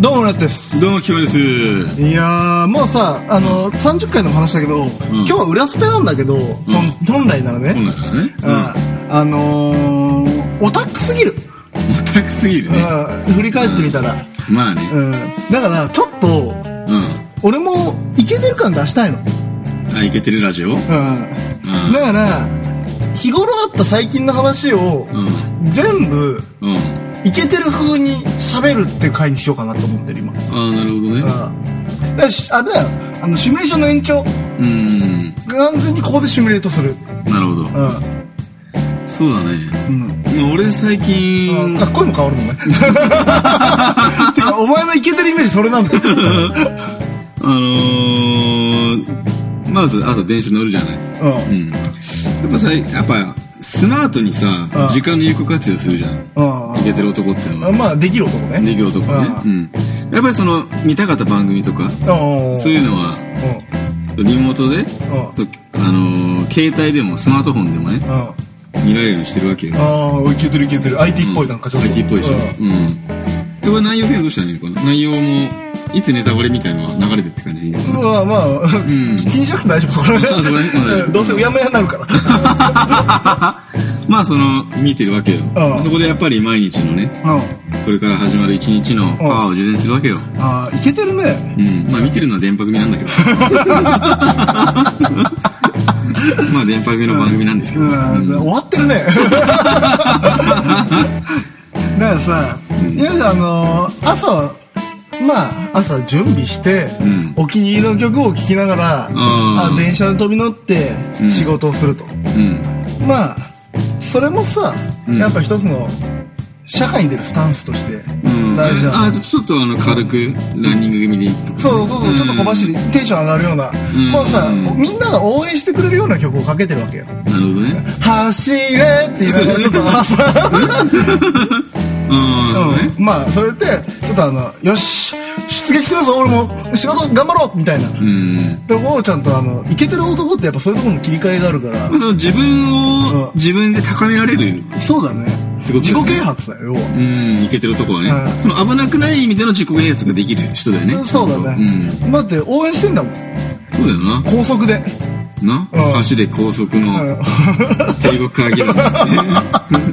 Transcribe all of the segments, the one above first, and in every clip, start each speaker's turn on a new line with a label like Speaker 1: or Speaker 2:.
Speaker 1: 村です
Speaker 2: どうも、キマです。うん。
Speaker 1: いやーもうさあの30回の話だけど、今日は裏スペなんだけど、ほん本来なら
Speaker 2: そう
Speaker 1: ね、
Speaker 2: なんだね。
Speaker 1: うんあのー、オタックすぎる、
Speaker 2: オタクすぎるね。
Speaker 1: うん、振り返ってみたら、
Speaker 2: まあね。
Speaker 1: うん、だからちょっと
Speaker 2: うん。
Speaker 1: 俺もイケてる感出したいの、うん、
Speaker 2: あ、イケてるラジオうん。
Speaker 1: だから日頃あった最近の話を
Speaker 2: うん。
Speaker 1: 全部
Speaker 2: うん。
Speaker 1: イケてる風に喋るって回にしようかなと思ってる今
Speaker 2: ああ、なるほどね。
Speaker 1: うんだからしあれだよあのシミュレーションの延長
Speaker 2: うん。
Speaker 1: 完全にここでシミュレートする
Speaker 2: なるほど
Speaker 1: う。ん
Speaker 2: そうだ
Speaker 1: う
Speaker 2: ね。
Speaker 1: ん
Speaker 2: まあ俺最近、
Speaker 1: あ声も変わるのね てかお前のイケてるイメージそれなんだよ
Speaker 2: あのー、まず朝電車乗るじゃない。
Speaker 1: うん
Speaker 2: うん。やっぱさ、やっぱ、スマートにさ
Speaker 1: うん、
Speaker 2: 時間の有効活用するじゃん。
Speaker 1: うん
Speaker 2: イケてる男っての
Speaker 1: あ
Speaker 2: は。
Speaker 1: まあできる男ね
Speaker 2: できる男ね。
Speaker 1: う
Speaker 2: うん。やっぱりその、見たかった番組と
Speaker 1: う
Speaker 2: か、
Speaker 1: ん
Speaker 2: そういうのは、リモートで、
Speaker 1: うん
Speaker 2: そうあのー携帯でもスマートフォンでもね、
Speaker 1: うんうん
Speaker 2: 見られるようにしてるわけよ。
Speaker 1: ああいけてるいけてる IT っぽいなんかちょっと
Speaker 2: IT っぽいでしょ。うん。で、これ内容的にはどうしたらいいのかな内容も、いつネタバレみたいなのは流れてって感じでいいのか
Speaker 1: うん
Speaker 2: な
Speaker 1: まあまあ
Speaker 2: ん
Speaker 1: 気にしなくて大丈夫そこら
Speaker 2: あ そこら辺は
Speaker 1: 辺
Speaker 2: ね
Speaker 1: うんどうせうやむやになるから
Speaker 2: まあ、その、見てるわけよ。
Speaker 1: うん
Speaker 2: そこでやっぱり毎日のね、
Speaker 1: うん
Speaker 2: これから始まる一日のパワーを充電するわけよ。
Speaker 1: ああいけてるね
Speaker 2: うん。まあ、見てるのは電波組な んだけど。まあ、電波組の番組なんですけ
Speaker 1: う、
Speaker 2: ど。うん
Speaker 1: 終わってるね。 だからさ、いや、あのー朝、まあ、朝準備して、
Speaker 2: うん
Speaker 1: お気に入りの曲を聴きながら、
Speaker 2: あー
Speaker 1: あ電車に飛び乗って
Speaker 2: うん
Speaker 1: 仕事をすると。
Speaker 2: ん。
Speaker 1: まあ、それもさ、
Speaker 2: うん
Speaker 1: やっぱ一つの、社会に出るスタンスとして、
Speaker 2: うん。
Speaker 1: 大事だ
Speaker 2: あ、ちょっとあの、軽く、ランニング組でいいとか。
Speaker 1: そうそうそう、ちょっと小走り、テンション上がるような、
Speaker 2: ん
Speaker 1: もうさ、
Speaker 2: うん
Speaker 1: みんなが応援してくれるような曲をかけてるわけよ。
Speaker 2: なるほどね。
Speaker 1: 走れって言いながら、ちょっと朝、
Speaker 2: うん。ね
Speaker 1: うん、まあそれでちょっとあのよし出撃するぞ俺も仕事頑張ろうみたいな
Speaker 2: うん。
Speaker 1: とこをちゃんとあのイケてる男ってやっぱそういうところの切り替えがあるから
Speaker 2: まあその自分
Speaker 1: うん
Speaker 2: を、自分で高められる。
Speaker 1: そうだね
Speaker 2: てことだよね
Speaker 1: 自己啓発だよ要は
Speaker 2: うん、いけてるとこは
Speaker 1: は
Speaker 2: ね
Speaker 1: い。
Speaker 2: その危なくない意味での自己啓発ができる人だよね。
Speaker 1: そうだね、だって応援してんだもん
Speaker 2: うん。そうだよな。
Speaker 1: 高速 で
Speaker 2: な
Speaker 1: うん
Speaker 2: 橋で高速
Speaker 1: う
Speaker 2: の
Speaker 1: ん
Speaker 2: 帝国会議なんですね。うん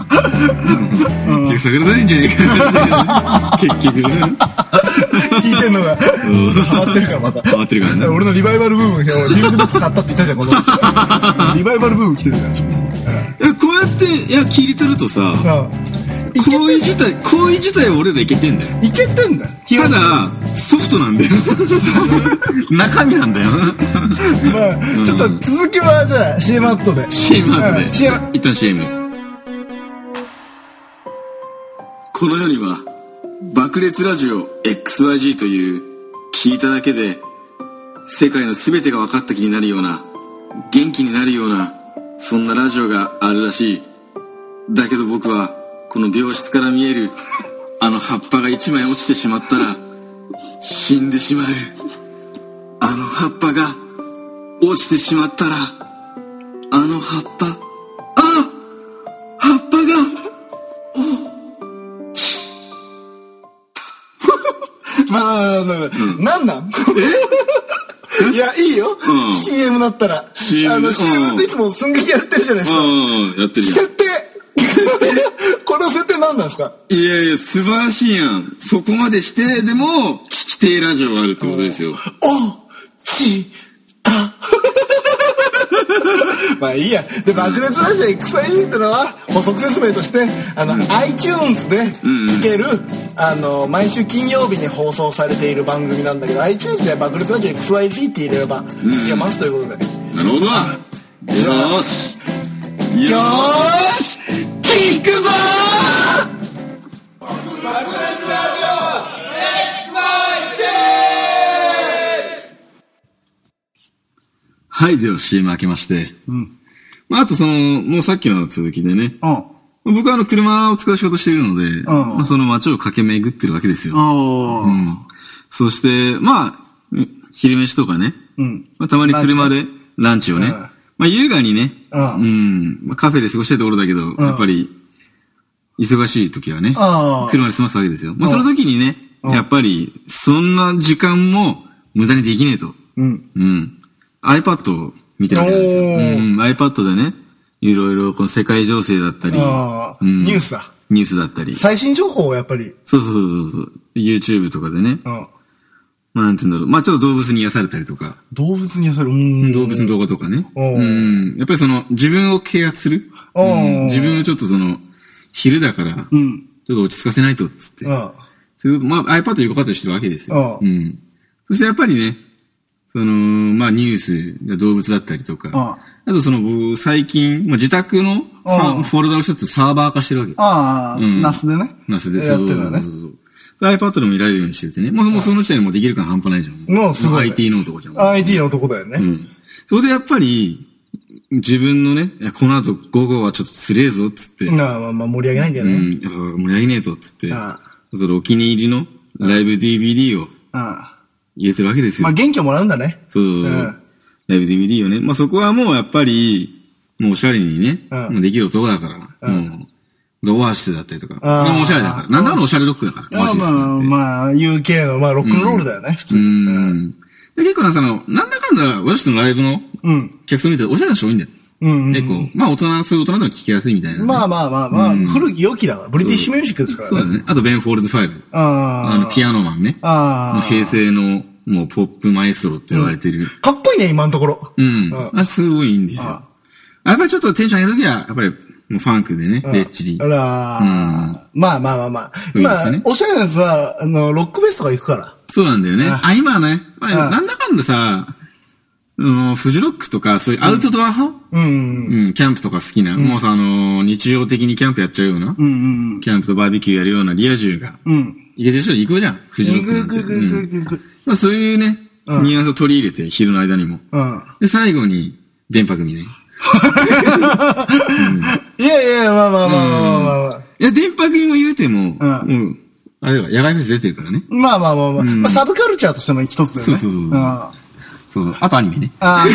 Speaker 2: 結局、桜ないんじゃねえか。結局。
Speaker 1: 聞いてんのが
Speaker 2: うん
Speaker 1: ハマってるからまた
Speaker 2: 回ってるからね。
Speaker 1: 俺のリバイバルブームが俺ニュークドックス買ったって言ったじゃんこの リバイバルブーム来てるじゃん
Speaker 2: えこうやって、いや、切り取るとさ、
Speaker 1: うん
Speaker 2: 行為自体、行為自体は俺らいけてんだよ。
Speaker 1: イケてんだよ
Speaker 2: ただ、ソフトな んだよ。中身なんだよ。
Speaker 1: まあ、ちょっと続きはじゃあ CM アットで
Speaker 2: CM 後で。
Speaker 1: うん CM
Speaker 2: 一旦 CM。この世には、爆裂ラジオ XYG という、聞いただけで、世界の全てが分かった気になるような、元気になるような、そんなラジオがあるらしい。だけど僕は、この病室から見える、あの葉っぱが一枚落ちてしまったら、死んでしまう。あの葉っぱが、落ちてしまったら、あの葉っぱ。あ葉っぱが
Speaker 1: まあ、だからなんなん いや、いいよ。
Speaker 2: うん
Speaker 1: CM だったら。
Speaker 2: CM
Speaker 1: あの、
Speaker 2: うん
Speaker 1: CM っていつも寸劇やってるじゃないですか。
Speaker 2: うん、やってるよ。
Speaker 1: 設定 この設定何なんですか
Speaker 2: いやいや、素晴らしいやん。そこまでして、でも、聞き手ラジオがあるってことですよ。
Speaker 1: おちた。 まあいいや。で、爆裂ラジオ XYZ ってのは、補足説明として、あの、iTunes で聴ける、あの、毎週金曜日に放送されている番組なんだけど、iTunes で爆裂ラジオ XYZ って入れれば、聞けますということで。
Speaker 2: なるほどな。よーし。よ
Speaker 1: よーし聞くぞ
Speaker 2: はい、では CM 開けまして。まあ、あとその、もうさっきの続きでね。
Speaker 1: ーうん。
Speaker 2: 僕はあの、車を使う仕事しているので、まあ、その街を駆け巡ってるわけですよ。
Speaker 1: あ
Speaker 2: うん。そして、まあ、昼飯とかね。
Speaker 1: うん。
Speaker 2: まあ、たまに車でランチをね。
Speaker 1: うん
Speaker 2: まあ、優雅にね。
Speaker 1: うん
Speaker 2: ん。まあ、カフェで過ごしたいところだけど、やっぱり、忙しい時はね
Speaker 1: ああ。
Speaker 2: 車で済ますわけですよ。まあ、その時にね、やっぱり、そんな時間も無駄にできねえと。
Speaker 1: うん。
Speaker 2: うん。iPad を見てるわけなんですよ。う
Speaker 1: お
Speaker 2: ん
Speaker 1: ー、
Speaker 2: iPad でね、いろいろこの世界情勢だったり、
Speaker 1: あー
Speaker 2: うん
Speaker 1: ニュースだ。
Speaker 2: ニュースだったり、そう
Speaker 1: 最新情報をやっぱり。
Speaker 2: そうそうそう、YouTube とかでね、
Speaker 1: うん。
Speaker 2: まあなんて言うんだろう、まあちょっと動物に癒されたりとか、
Speaker 1: 動物にやされる。うん
Speaker 2: 動物の動画とかね、
Speaker 1: おー
Speaker 2: うん、やっぱりその自分を啓発する、
Speaker 1: お
Speaker 2: う
Speaker 1: ー
Speaker 2: ん自分をちょっとその、昼だから、ちょっ
Speaker 1: うん。
Speaker 2: と落ち着かせないと、つって
Speaker 1: う。ん。
Speaker 2: そういうこと、まあ iPad 有効活用してるわけですよ。
Speaker 1: う
Speaker 2: うん。そしてやっぱりね、その、まあニュースや動物だったりとか、あとその僕最近、まあ、自宅のファ
Speaker 1: うん
Speaker 2: フォルダを一つサーバー化してるわけ。
Speaker 1: ああ、
Speaker 2: うん
Speaker 1: ナスでね。
Speaker 2: なんですで、
Speaker 1: やってるの
Speaker 2: そう
Speaker 1: ね。
Speaker 2: そうそうそうで iPad でも見られるようにしててね。もうもうその時点でもうできる感半端ないじゃん。
Speaker 1: もうすごい
Speaker 2: も IT の男じゃん。
Speaker 1: ID の男だよね。
Speaker 2: うん。そこでやっぱり、自分のね、いやこの後午後はちょっとつれえぞ、つって。
Speaker 1: なあまあまあ盛り上げないんだよ
Speaker 2: う
Speaker 1: ね。
Speaker 2: ん、やっぱ盛り上げねえと、つって。
Speaker 1: あ
Speaker 2: そのお気に入りのライブ DVD を
Speaker 1: あ
Speaker 2: 入れてるわけですよ。
Speaker 1: まあ元気をもらうんだね。
Speaker 2: そう、
Speaker 1: ん
Speaker 2: ライブ DVD をね。まあそこはもうやっぱり、もうおしゃれにね、
Speaker 1: うん
Speaker 2: もうできる男だから、もう、ドアシスだったりとか。
Speaker 1: あー
Speaker 2: でもおしゃれだから。なんだろうおしゃれロックだから。オ
Speaker 1: ま
Speaker 2: ア
Speaker 1: あ
Speaker 2: シス
Speaker 1: ま
Speaker 2: だ
Speaker 1: あ
Speaker 2: って。、
Speaker 1: まあ、UK の、まあ、ロックンロールだよね、普通
Speaker 2: う
Speaker 1: に。
Speaker 2: ん。で結構な、その、なんだかんだ、私のライブの
Speaker 1: うん。
Speaker 2: 客層見ておしゃれな人多いんだよ。
Speaker 1: うん。
Speaker 2: 結構、まあ大人、そういう大人でも聞きやすいみたいなね、
Speaker 1: まあまあまあまあ、古き良きだから、ブリティッシュミュージックですから
Speaker 2: そう
Speaker 1: ね。
Speaker 2: だね。あと、ベン・フォールズ5。
Speaker 1: あ
Speaker 2: あの、ピアノマンね。
Speaker 1: あー
Speaker 2: 平成の、もう、ポップマエストロって言われてる。
Speaker 1: あ。かっこいいね、今のところ。
Speaker 2: うん。
Speaker 1: あ
Speaker 2: あ、すごいいいんですよ。やっぱりちょっとテンション上げるときは、やっぱり、もうファンクでね、レッチリ。
Speaker 1: あらー
Speaker 2: うん
Speaker 1: まあまあまあまあ。
Speaker 2: いいです
Speaker 1: ま
Speaker 2: よ
Speaker 1: あ
Speaker 2: ね、
Speaker 1: おしゃれなやつは、あの、ロックベースとか行くから。
Speaker 2: そうなんだよね。
Speaker 1: あ
Speaker 2: あ、今はね、まあ
Speaker 1: あ
Speaker 2: なんだかんださ、あの、フジロックとか、そういうアウトドア派
Speaker 1: うん。
Speaker 2: うん、キャンプとか好きな。もうさ、あの、日常的にキャンプやっちゃうような
Speaker 1: う。ん
Speaker 2: キャンプとバーベキューやるようなリア充が。
Speaker 1: うん。うん。
Speaker 2: いけてる人行くじゃん、フジロ
Speaker 1: ぐ
Speaker 2: ックな
Speaker 1: ぐ
Speaker 2: んて。
Speaker 1: ぐぐ
Speaker 2: うん
Speaker 1: ぐぐ。
Speaker 2: まあそういうね、ニュアンスを取り入れて、昼の間にも。
Speaker 1: うん。
Speaker 2: で、最後に、電波組ね。
Speaker 1: いやいや、まあまあまあまあまあまあ。
Speaker 2: いや、電波組も言うても、
Speaker 1: う
Speaker 2: もう、あれだから、野外フェス出てるからね。
Speaker 1: まあまあまあまあ。まあ、サブカルチャーとしての一つだよね。
Speaker 2: そうそうそう
Speaker 1: うんあ
Speaker 2: そう、あとアニメね。
Speaker 1: ー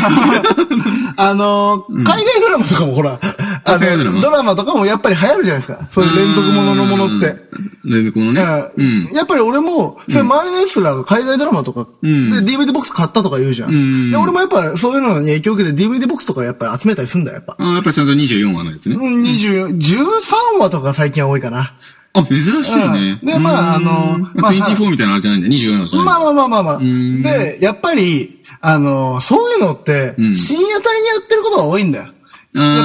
Speaker 1: あのー、海外ドラマとかもほら、あ
Speaker 2: 海外ドラ
Speaker 1: の、
Speaker 2: マ
Speaker 1: ドラマとかもやっぱり流行るじゃないですか。そういう連続もののものって。
Speaker 2: うん。連続ものね。う
Speaker 1: うん
Speaker 2: ん。
Speaker 1: やっぱり俺も、それ周りのやつらが海外ドラマとか、で
Speaker 2: ん
Speaker 1: DVD ボックス買ったとか言うじゃん。
Speaker 2: ん
Speaker 1: で、俺もやっぱそういうのに影響を受けて DVD ボックスとかやっぱり集めたりするんだよ、やっぱ。
Speaker 2: あやっぱちゃんと24話のやつね。
Speaker 1: うん、20、13話とか最近は多いかな。
Speaker 2: あ、珍しいよね
Speaker 1: う。んでまあ
Speaker 2: うん
Speaker 1: あの
Speaker 2: ま
Speaker 1: まあ
Speaker 2: あ、24みたいなのあれじゃないんだよ。24話じゃない。
Speaker 1: まあまあまあまあまあ。
Speaker 2: ん
Speaker 1: で、やっぱり、あの、そういうのって、
Speaker 2: ん
Speaker 1: 深夜帯にやってることが多いんだよ。やっ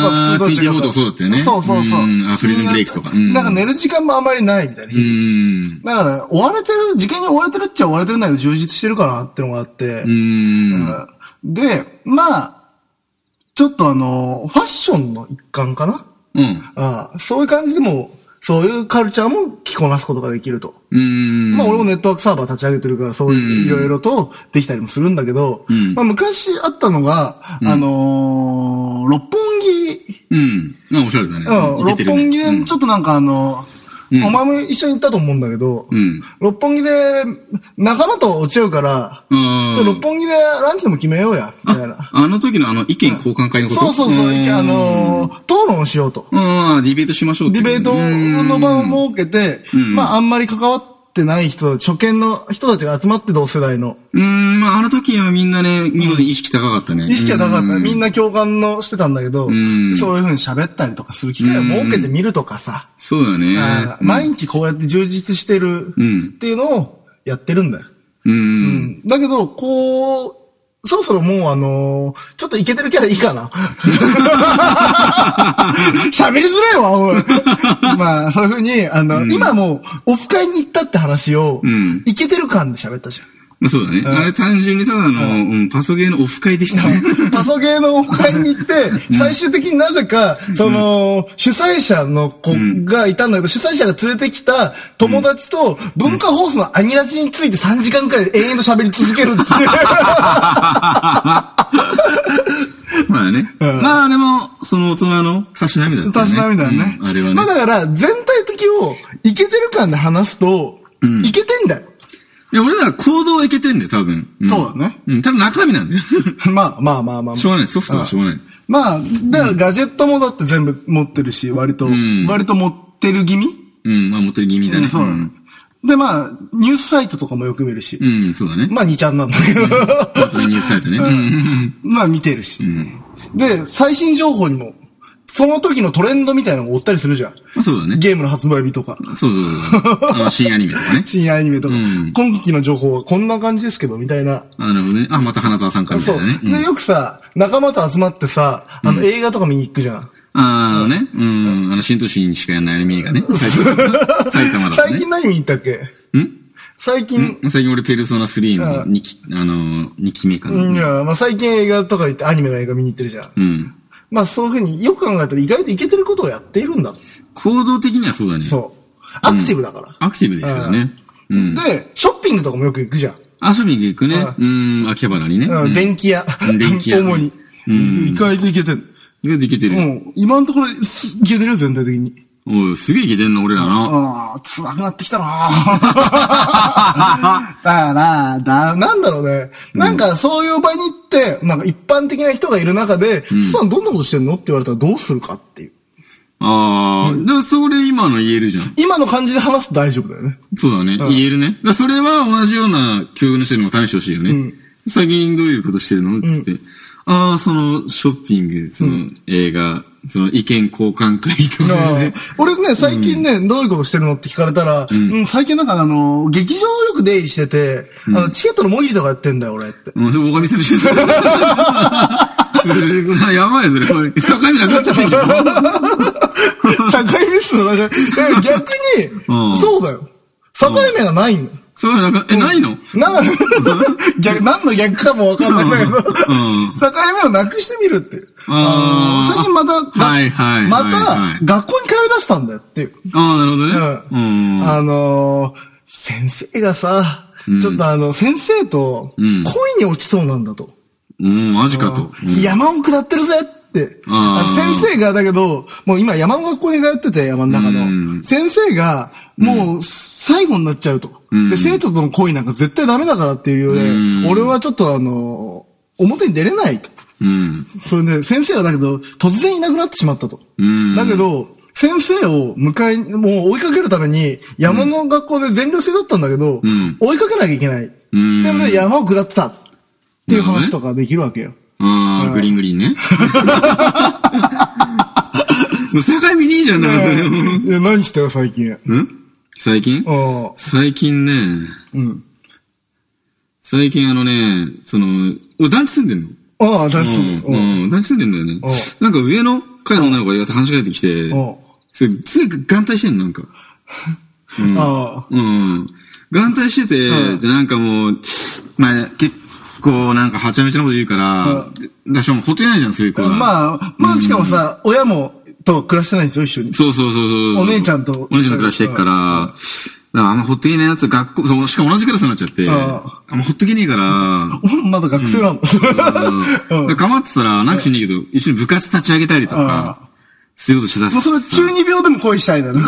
Speaker 1: ぱ普通と違
Speaker 2: 24とかそうだったよね。
Speaker 1: そうそうそう。
Speaker 2: んあ、プリズンブレイクとか。うん
Speaker 1: なんか寝る時間もあまりないみたいな。
Speaker 2: うん。
Speaker 1: だから、追われてる、時間に追われてるっちゃ追われてるんだけど、充実してるかなってのがあって。
Speaker 2: うん。
Speaker 1: うんで、まあ、ちょっとあの、ファッションの一環かな
Speaker 2: うん。
Speaker 1: ああそういう感じでも、そういうカルチャーも着こなすことができると。
Speaker 2: うん。
Speaker 1: まあ俺もネットワークサーバー立ち上げてるから、そういういろいろとできたりもするんだけど、
Speaker 2: ん
Speaker 1: まあ昔あったのが、あのー六本木、
Speaker 2: うん。あ、おしゃれだね。
Speaker 1: うん、
Speaker 2: いけて
Speaker 1: 六
Speaker 2: るね
Speaker 1: 本木でちょっとなんかあの、
Speaker 2: うん
Speaker 1: お前も一緒に行ったと思うんだけど、
Speaker 2: うん。
Speaker 1: 六本木で仲間と落ち合うから、
Speaker 2: うん。
Speaker 1: ちょ六本木でランチでも決めようや、みたいな
Speaker 2: あ。あの時のあの、意見交換会のこと
Speaker 1: そうそうそう、
Speaker 2: ん
Speaker 1: あのー討論をしようと。
Speaker 2: うん、ディベートしましょうって
Speaker 1: デ
Speaker 2: い
Speaker 1: ィ
Speaker 2: う
Speaker 1: ベートの場を設けて、
Speaker 2: ん
Speaker 1: まああんまり関わってない人、初見の人たちが集まって同世代の。
Speaker 2: うん、まあ、あの時はみんなね、見事に意識高かったね。
Speaker 1: 意識はなかった。
Speaker 2: うん
Speaker 1: みんな共感のしてたんだけど、
Speaker 2: ん
Speaker 1: そういう風に喋ったりとかする機会を設けてみるとかさ、
Speaker 2: そうだね
Speaker 1: あー。
Speaker 2: うん
Speaker 1: 毎日こうやって充実してる
Speaker 2: うん
Speaker 1: っていうのをやってるんだよ。
Speaker 2: う。
Speaker 1: うんんだけど、こう、そろそろもうあのーちょっとイケてるキャラいいかな。喋りづらいわ、 おい。まあ、そういう風に、あの、今もう、オフ会に行ったって話を、
Speaker 2: うん
Speaker 1: イケてる感で喋ったじゃん。
Speaker 2: まあそうだね。あれ単純にさ、あの、うんパソゲーのオフ会でした ね。
Speaker 1: パソゲーのオフ会に行って、最終的になぜか、その、主催者の子がいたんだけど、主催者が連れてきた友達と、文化放送のアニラジについて3時間くらい延々と喋り続 けるっていう。
Speaker 2: まあね。
Speaker 1: うん
Speaker 2: まああれも、その大人のたしなみだったね。
Speaker 1: たしなみだよね。
Speaker 2: うんあれはね。
Speaker 1: まあだから、全体的を、イケてる感で話すと、イケてんだよ。
Speaker 2: いや、俺ら行動はいけてんだよ、多分。ん
Speaker 1: そうだね。
Speaker 2: うん、ただ中身なん だよ。
Speaker 1: まあまあまあまあ。
Speaker 2: しょうがない、ソフトはしょうがない。
Speaker 1: まあ、だからガジェットもだって全部持ってるし、割と
Speaker 2: ん、
Speaker 1: 割と持ってる気味
Speaker 2: うん、まあ持ってる気味だね。
Speaker 1: そうだ
Speaker 2: う
Speaker 1: ね
Speaker 2: ん。
Speaker 1: で、まあ、ニュースサイトとかもよく見るし。
Speaker 2: うん、そうだね。
Speaker 1: まあ、2ちゃんなんだけど。
Speaker 2: 本当にニュースサイトね。うんうん
Speaker 1: まあ、見てるし
Speaker 2: う。ん。
Speaker 1: で、最新情報にも、その時のトレンドみたいなのを追ったりするじゃん。
Speaker 2: まあそうだね。
Speaker 1: ゲームの発売日とか、
Speaker 2: そうそうそうそう。あの新アニメとかね。
Speaker 1: 新アニメとか、
Speaker 2: うん
Speaker 1: 今期の情報はこんな感じですけど、みたいな。
Speaker 2: あ、なるほどね。あ、また花澤さんかみた
Speaker 1: そ。
Speaker 2: いうなね。うん
Speaker 1: で、よくさ、仲間と集まってさ、あの、映画とか見に行くじゃん。
Speaker 2: あのね、うん、あの、新都心しかやらないアニメ映画ね。埼玉だと
Speaker 1: 最
Speaker 2: ね
Speaker 1: 近。何見に行ったっけ
Speaker 2: ん
Speaker 1: 最近、
Speaker 2: 最近俺、ペルソナ3の
Speaker 1: う
Speaker 2: 2期、あの、2期目かな。
Speaker 1: いや、まあ、最近映画とか行って、アニメの映画見に行ってるじゃん。
Speaker 2: うん。
Speaker 1: まあ、そういうふうによく考えたら意外といけてることをやっているんだ。
Speaker 2: 行動的にはそうだね。
Speaker 1: そう。アクティブだから。
Speaker 2: アクティブですけどね。うん。
Speaker 1: で、ショッピングとかもよく行くじゃん。
Speaker 2: 遊びに行くね。
Speaker 1: は
Speaker 2: うん、秋葉原にね。
Speaker 1: うん
Speaker 2: う ん
Speaker 1: 電気屋。
Speaker 2: うん電気屋
Speaker 1: 主に。意外といけてる。
Speaker 2: 意外といけてる。
Speaker 1: もう、今のところ、すいけてるよ、全体的に。
Speaker 2: おい、すげえいけてんな、俺らな。
Speaker 1: ああ、辛くなってきた なだなだ、なんだろうね。なんか、そういう場に行って、なんか一般的な人がいる中で、普段どんなことしてんのって言われたらどうするかっていう。
Speaker 2: ああ、だからそれ今の言えるじゃん。
Speaker 1: 今の感じで話すと大丈夫だよね。
Speaker 2: そうだね。言えるね。だからそれは同じような教育の人にも試してほしいよね。最近どういうことしてるのって言って。ああ、その、ショッピング、その、映画、その、意見交換会とかね。
Speaker 1: 俺ね、最近ね、どういうことしてるのって聞かれたら、うん最近なんかあの、劇場よく出入りしてて、あの、チケットのもぎりとかやってんだよ、俺って。
Speaker 2: もうそれ、おかみさんの人やばいよ、それ。境目なくなっちゃってんじゃん。
Speaker 1: 境目っすの、なんか、逆に、
Speaker 2: うん
Speaker 1: そうだよ。境目がないの。
Speaker 2: それはなんか、え、ないの
Speaker 1: な、 逆、何の逆かもわかんないんだけど、境
Speaker 2: うん
Speaker 1: 目をなくしてみるっていう。
Speaker 2: あー
Speaker 1: の最近また、が
Speaker 2: はいはいはい
Speaker 1: ま
Speaker 2: は
Speaker 1: た、
Speaker 2: い
Speaker 1: 学校に通い出したんだよっていう。
Speaker 2: ああ、なるほどね。
Speaker 1: う
Speaker 2: うん。
Speaker 1: あのー、先生がさ、ちょっとあの、先生と、
Speaker 2: うん
Speaker 1: 恋に落ちそうなんだと。
Speaker 2: うん、マジかと。
Speaker 1: 山を下ってるぜって。
Speaker 2: あー
Speaker 1: あの先生が、だけど、もう今山の学校に通ってて、山の中
Speaker 2: う
Speaker 1: の。
Speaker 2: ん
Speaker 1: 先生が、もう最後になっちゃうと。
Speaker 2: ん
Speaker 1: で、生徒との恋なんか絶対ダメだからっていう理由
Speaker 2: うん
Speaker 1: で、俺はちょっとあの、表に出れないと。
Speaker 2: うん。
Speaker 1: それで、先生はだけど、突然いなくなってしまったと。
Speaker 2: うん
Speaker 1: だけど、先生を迎え、もう追いかけるために、山の学校で全寮制だったんだけど、
Speaker 2: ん
Speaker 1: 追いかけなきゃいけない。
Speaker 2: ん
Speaker 1: ってことで山を下ってた。っていう話とかできるわけよ。
Speaker 2: ああ、グリーングリーンね。 もう境目にいいじゃん、だからそれも。
Speaker 1: いや、何したよ、最近。
Speaker 2: ん最近
Speaker 1: ああ。
Speaker 2: 最近ね、
Speaker 1: うん。
Speaker 2: 最近あのね、その、俺団地住んでんの
Speaker 1: ああ、大丈夫。
Speaker 2: う
Speaker 1: うん
Speaker 2: ん、うん、団地住んでんだよ
Speaker 1: うん
Speaker 2: ね。なんか上の階の女の子が話しかけてきて
Speaker 1: うん、
Speaker 2: それ、つい眼帯してんの、なんか。
Speaker 1: ああ。
Speaker 2: うん。眼帯して
Speaker 1: う
Speaker 2: て、
Speaker 1: ん
Speaker 2: で、なんかもう、まあ、結構なんかはちゃめちゃなこと言うから、だしかもほってないじゃん、そういう子は。
Speaker 1: まあ、まあ、しかもさ、親も、と暮らしてないんですよ、一緒に。
Speaker 2: そうそうそうそう。
Speaker 1: お姉ちゃんと
Speaker 2: お姉ちゃんと暮らしてっから、だからあんまほっとけないやつ学校、そうしかも同じクラスになっちゃって、
Speaker 1: あ
Speaker 2: あんまほっとけねえから、
Speaker 1: お前まだ学生なの。
Speaker 2: うん。で構ってたら、なんかしんねえけど、一緒に部活立ち上げたりとか、そういうことしだす
Speaker 1: もう。 それ中二病でも恋したいんだね。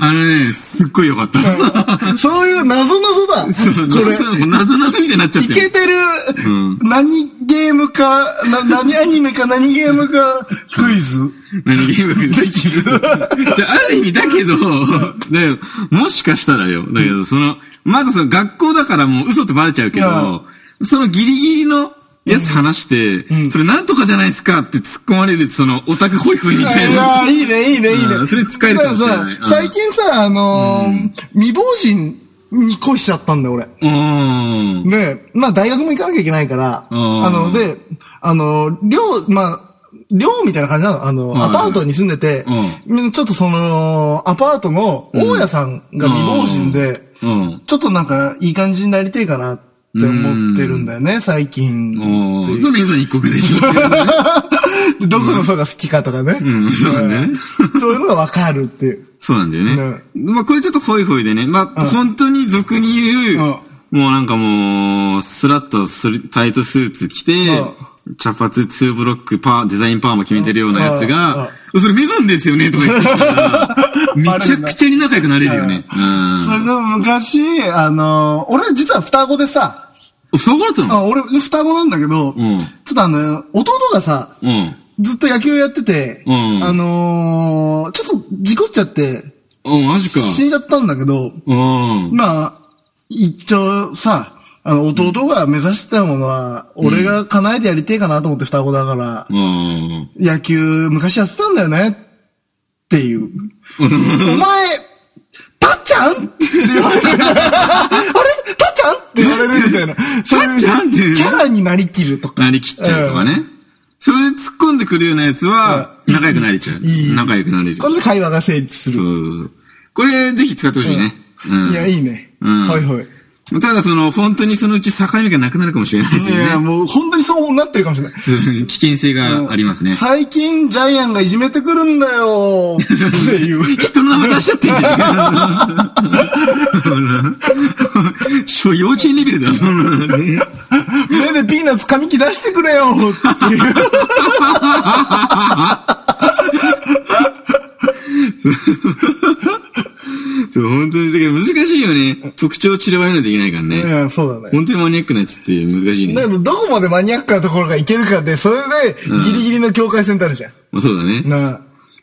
Speaker 2: あのね、すっごいよかった。
Speaker 1: そういう謎謎だ。
Speaker 2: そう
Speaker 1: これ。
Speaker 2: 謎謎々みたいになっちゃっ
Speaker 1: い
Speaker 2: て
Speaker 1: け
Speaker 2: る。
Speaker 1: てる、
Speaker 2: うん
Speaker 1: 何ゲームか、な、何アニメか何ゲームか、クイズ。
Speaker 2: 何ゲームできるじゃあ、 ある意味だけど、だけど、もしかしたらよ、だけど、その、まだその学校だからもう嘘ってバレちゃうけど、そのギリギリのやつ話して、それなんとかじゃないですかって突っ込まれる、そのオタクホイホイ み
Speaker 1: い
Speaker 2: たいな。
Speaker 1: やーいいね、いいね、いい
Speaker 2: うん
Speaker 1: ね。
Speaker 2: それ使えるかもしれない
Speaker 1: だからさ最近さ、あのー、未亡人に恋しちゃったんだよ、俺。
Speaker 2: うーん。
Speaker 1: で、まあ大学も行かなきゃいけないから、
Speaker 2: うん
Speaker 1: あの、で、あの、寮、まあ、寮みたいな感じなの。あの、
Speaker 2: ん
Speaker 1: アパートに住んでて、ちょっとその、アパートの大家さんが未亡人で、
Speaker 2: うん。
Speaker 1: ちょっとなんかいい感じになりてえかなって思ってるんだよね、最近って
Speaker 2: お
Speaker 1: い
Speaker 2: ー
Speaker 1: う。
Speaker 2: それ映像一国でしょ。
Speaker 1: で どこの層が好きかとかね。
Speaker 2: うん、そうなんだよね。
Speaker 1: そういうのがわかるっていう。
Speaker 2: そうなんだよね
Speaker 1: ね。
Speaker 2: まあこれちょっとホイホイでね。まあ本当に俗に
Speaker 1: う
Speaker 2: 言う、
Speaker 1: ん
Speaker 2: もうなんかもう、スラッとスリタイトスーツ着て、茶髪ツーブロックパー、デザインパーマ決めてるようなや
Speaker 1: うん
Speaker 2: つ
Speaker 1: うん
Speaker 2: が、それメゾンですよねとか言ってきた ら、めちゃくちゃに仲良くなれるよね。
Speaker 1: そ
Speaker 2: うん
Speaker 1: れが昔、あの、俺実は双子でさ、
Speaker 2: お。そうだったの
Speaker 1: あ俺双子なんだけど、
Speaker 2: ん
Speaker 1: ちょっとあの、弟がさ、
Speaker 2: うん。
Speaker 1: ずっと野球やってて、
Speaker 2: うん
Speaker 1: あのーちょっと事故っちゃって、
Speaker 2: お、マジか。
Speaker 1: 死んじゃったんだけど、
Speaker 2: うん。
Speaker 1: まあ、一応さ、あの、弟が目指してたものは、俺が叶えてやりてえかなと思って双子だから、
Speaker 2: うん。
Speaker 1: 野球昔やってたんだよねって いう。お前、たっちゃんって言われる。 あれたっちゃんって言われるみたいな。
Speaker 2: たっちゃんって
Speaker 1: そういうキャラになりきるとか。
Speaker 2: なりきっちゃうとかね。それで突っ込んでくるようなやつは、
Speaker 1: うん
Speaker 2: 仲良くなれちゃう
Speaker 1: いい。
Speaker 2: 仲良くなれる。
Speaker 1: これで会話が成立す
Speaker 2: そ
Speaker 1: る。
Speaker 2: う。これ、ぜひ使ってほしいね。うん。
Speaker 1: いや、いいね。
Speaker 2: うん
Speaker 1: はいはい。
Speaker 2: ただ、その、本当にそのうち境目がなくなるかもしれないです
Speaker 1: いや、
Speaker 2: よね。
Speaker 1: もう本当にそうなってるかもしれない。
Speaker 2: 危険性がありますね。
Speaker 1: 最近、ジャイアンがいじめてくるんだ よっていう。
Speaker 2: 人の名前出しちゃってんじゃねえか。小幼稚園レベルだよ、そんなのね。
Speaker 1: 目でピーナッツ噛み切出してくれよっていう。
Speaker 2: そう、本当に。だけど難しいよね。特徴を散らばらないといけ ないから
Speaker 1: い
Speaker 2: ね。
Speaker 1: や、そうだね。
Speaker 2: 本当にマニアックなやつって難しいね
Speaker 1: だ。けど、どこまでマニアックなところがいけるかで、それで、ギリギリの境界線ってあるじゃん。
Speaker 2: まあそうだね。
Speaker 1: なあ。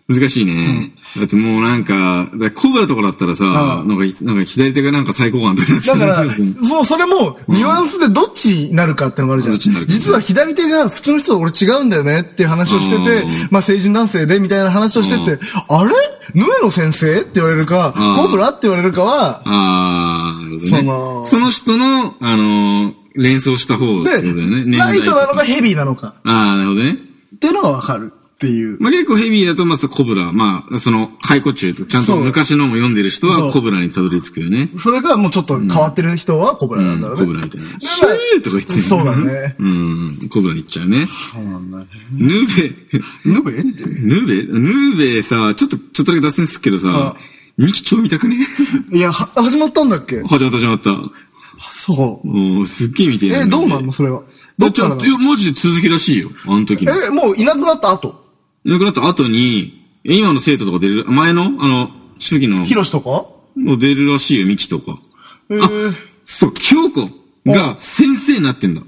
Speaker 2: 難しいね。だってもうなんか、だからコブラとかだったらさ、
Speaker 1: う
Speaker 2: なんかい、なんか左手がなんか最高感とかなっちゃ
Speaker 1: だ
Speaker 2: う
Speaker 1: から、
Speaker 2: うん
Speaker 1: もうそれも、ニュアンスでどっちになるかってのがあるじゃん。
Speaker 2: どっちになるか
Speaker 1: 実は左手が普通の人と俺違うんだよねっていう話をしてて
Speaker 2: うん、
Speaker 1: まあ成人男性でみたいな話をしてて、あれヌエの先生って言われるか
Speaker 2: うん、
Speaker 1: コブラって言われるかは、
Speaker 2: あー、なるほどね
Speaker 1: その
Speaker 2: その人の、あのー、連想した方ってことだよね。
Speaker 1: で、
Speaker 2: 年
Speaker 1: ラ
Speaker 2: 代
Speaker 1: イトなのかヘビーなのか
Speaker 2: あー、なるほどね。
Speaker 1: っていうのがわかるっていう。
Speaker 2: まあ、結構ヘビーだと、まずコブラ。まあ、その、解雇中と、ちゃん
Speaker 1: そ
Speaker 2: と
Speaker 1: う
Speaker 2: 昔のも読んでる人
Speaker 1: そ
Speaker 2: は
Speaker 1: う
Speaker 2: コブラにたどり着くよね。
Speaker 1: それがもうちょっと変わってる人はコブラ
Speaker 2: う
Speaker 1: なん
Speaker 2: ん
Speaker 1: だろうね。
Speaker 2: コブラみたいな。
Speaker 1: で
Speaker 2: ヒューとか言ってる
Speaker 1: そうだね。
Speaker 2: うん、コブラに行っちゃうね。
Speaker 1: そうなんだね。
Speaker 2: ヌーベ、
Speaker 1: ヌベって。
Speaker 2: ヌーベ、ヌーベさ、ちょっと、ちょっとだけ脱線するけどさ、二期超見たくね
Speaker 1: いや、は始まったんだっけ
Speaker 2: 始まった始まった。
Speaker 1: そう。
Speaker 2: おーすっげえ見てる
Speaker 1: え、どうなんのそれは。ど
Speaker 2: だ
Speaker 1: っ
Speaker 2: ち
Speaker 1: ちから
Speaker 2: ょっ
Speaker 1: な
Speaker 2: と、いや、マジで続きらしいよ。あの時の。
Speaker 1: のえ、もういなくなった後。
Speaker 2: 亡くなった後に、え今の生徒とか出る、前の、あの、主義の、
Speaker 1: ヒロシとか
Speaker 2: もう出るらしいよ、ミキとか。
Speaker 1: えー、
Speaker 2: そう、京子が先生になってんだ。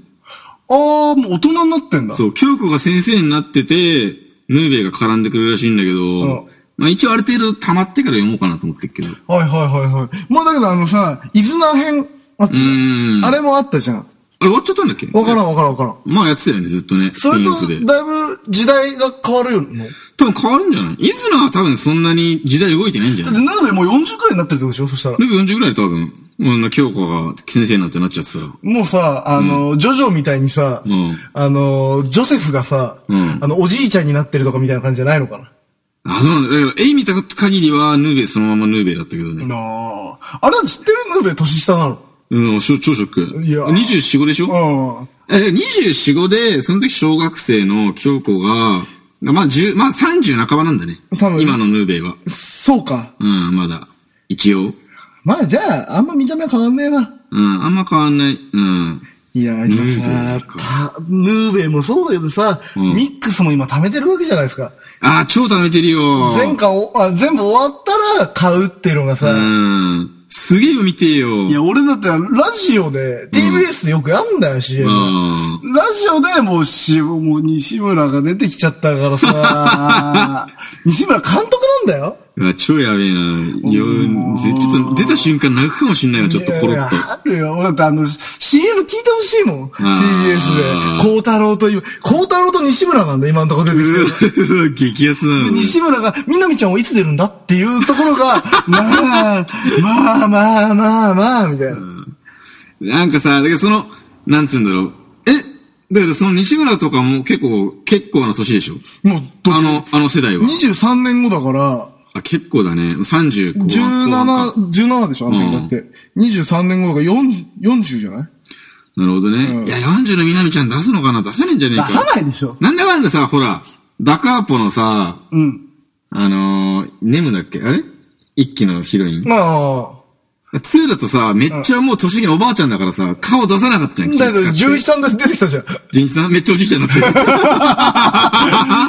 Speaker 1: ああ、もう大人になってんだ。
Speaker 2: そう、京子が先生になってて、ヌーベイが絡んでくるらしいんだけど
Speaker 1: うん、
Speaker 2: まあ一応ある程度溜まってから読もうかなと思ってるけど。う
Speaker 1: はいはいはいはい。まあだけどあのさ、伊豆な編あったじゃん
Speaker 2: ーん。
Speaker 1: あ
Speaker 2: あれ
Speaker 1: れもあったじゃん。
Speaker 2: 終わっちゃったんだっけ
Speaker 1: わからんわからんわからん。
Speaker 2: まあやってたよね、ずっとね。
Speaker 1: それ
Speaker 2: ス
Speaker 1: と、
Speaker 2: ピンオフで
Speaker 1: だいぶ時代が変わるよ。もう
Speaker 2: 多分変わるんじゃないイズナは多分そんなに時代動いてないんじゃ
Speaker 1: だっ
Speaker 2: な
Speaker 1: て
Speaker 2: い
Speaker 1: ヌーベもう40くらいになってるってことでしょそしたら。
Speaker 2: ヌーベイ40ぐらいで多分、うんな、京子が先生になってなっちゃってたら。
Speaker 1: もうさ、あの、ジョジョみたいにさ
Speaker 2: うん、
Speaker 1: あの、ジョセフがさ、
Speaker 2: うん
Speaker 1: あの、おじいちゃんになってるとかみたいな感じじゃないのかな。
Speaker 2: あ、そうなんだ。だけど、絵見た限りは、ヌーベイそのままヌーベイだったけどね。
Speaker 1: なあ。あれだって知ってるヌーベ年下なの。
Speaker 2: うん、しょ超ショック。
Speaker 1: いや
Speaker 2: 24、5でしょ
Speaker 1: うん。
Speaker 2: え、24、5で、その時小学生の京子が、まあ、10、まあ30半ばなんだね
Speaker 1: 多分。
Speaker 2: 今のヌーベイは。
Speaker 1: そうか。
Speaker 2: うん、まだ。一応。
Speaker 1: まあじゃあ、あんま見た目は変わんねえな。
Speaker 2: うん、あんま変わんない。うん。
Speaker 1: いや、でも
Speaker 2: ヌーベイ
Speaker 1: さ、たヌーベイもそうだけどさ、
Speaker 2: ん
Speaker 1: ミックスも今貯めてるわけじゃないですか。
Speaker 2: あー、超溜めてるよ。
Speaker 1: 全巻をあ、全部終わったら買うっていうのがさ、
Speaker 2: うん。すげえよ、見てよ。
Speaker 1: いや、俺だってラジオで、TBS でよくやんだよ、CM
Speaker 2: う。ん。
Speaker 1: ラジオでもう、し、もう西村が出てきちゃったから さ、西村監督なんだよ
Speaker 2: うわ超やべえな。よぜちょっと出た瞬間泣くかもしんないわ、ちょっとポロッと
Speaker 1: い。やあるよ。俺だってあの、CM 聞いてほしいもん。TBS
Speaker 2: あー
Speaker 1: で。孝太郎という、孝太郎と西村なんだ、今のところ出てきてる。
Speaker 2: うわ激アツなの
Speaker 1: で。西村が、みなみちゃんはいつ出るんだっていうところが、 まあ、まあまあまあまあ、みたいな。
Speaker 2: なんかさ、だけどその、なんつうんだろう。えだけどその西村とかも結構、結構な年でしょ
Speaker 1: もう、ど
Speaker 2: あの、あの世代は。
Speaker 1: 23年後だから、
Speaker 2: あ結構だね。30後半。後半か
Speaker 1: 17、17でしょあの時だって。23年後だから4、40じゃない
Speaker 2: なるほどね。
Speaker 1: ん
Speaker 2: いや、40のみなみちゃん出すのかな出せないんじゃねえか。
Speaker 1: 出さないでしょ
Speaker 2: なんだかんださ、ほら、ダカーポのさ、
Speaker 1: うん。
Speaker 2: あのー、ネムだっけあれ一期のヒロイン。
Speaker 1: まあ、
Speaker 2: 2だとさ、めっちゃもう年がおばあちゃんだからさ、顔出さなかったじゃん。気
Speaker 1: だけど、
Speaker 2: 使って
Speaker 1: 11さん出てきたじゃん。
Speaker 2: 純一さんめっちゃおじいちゃんになってる。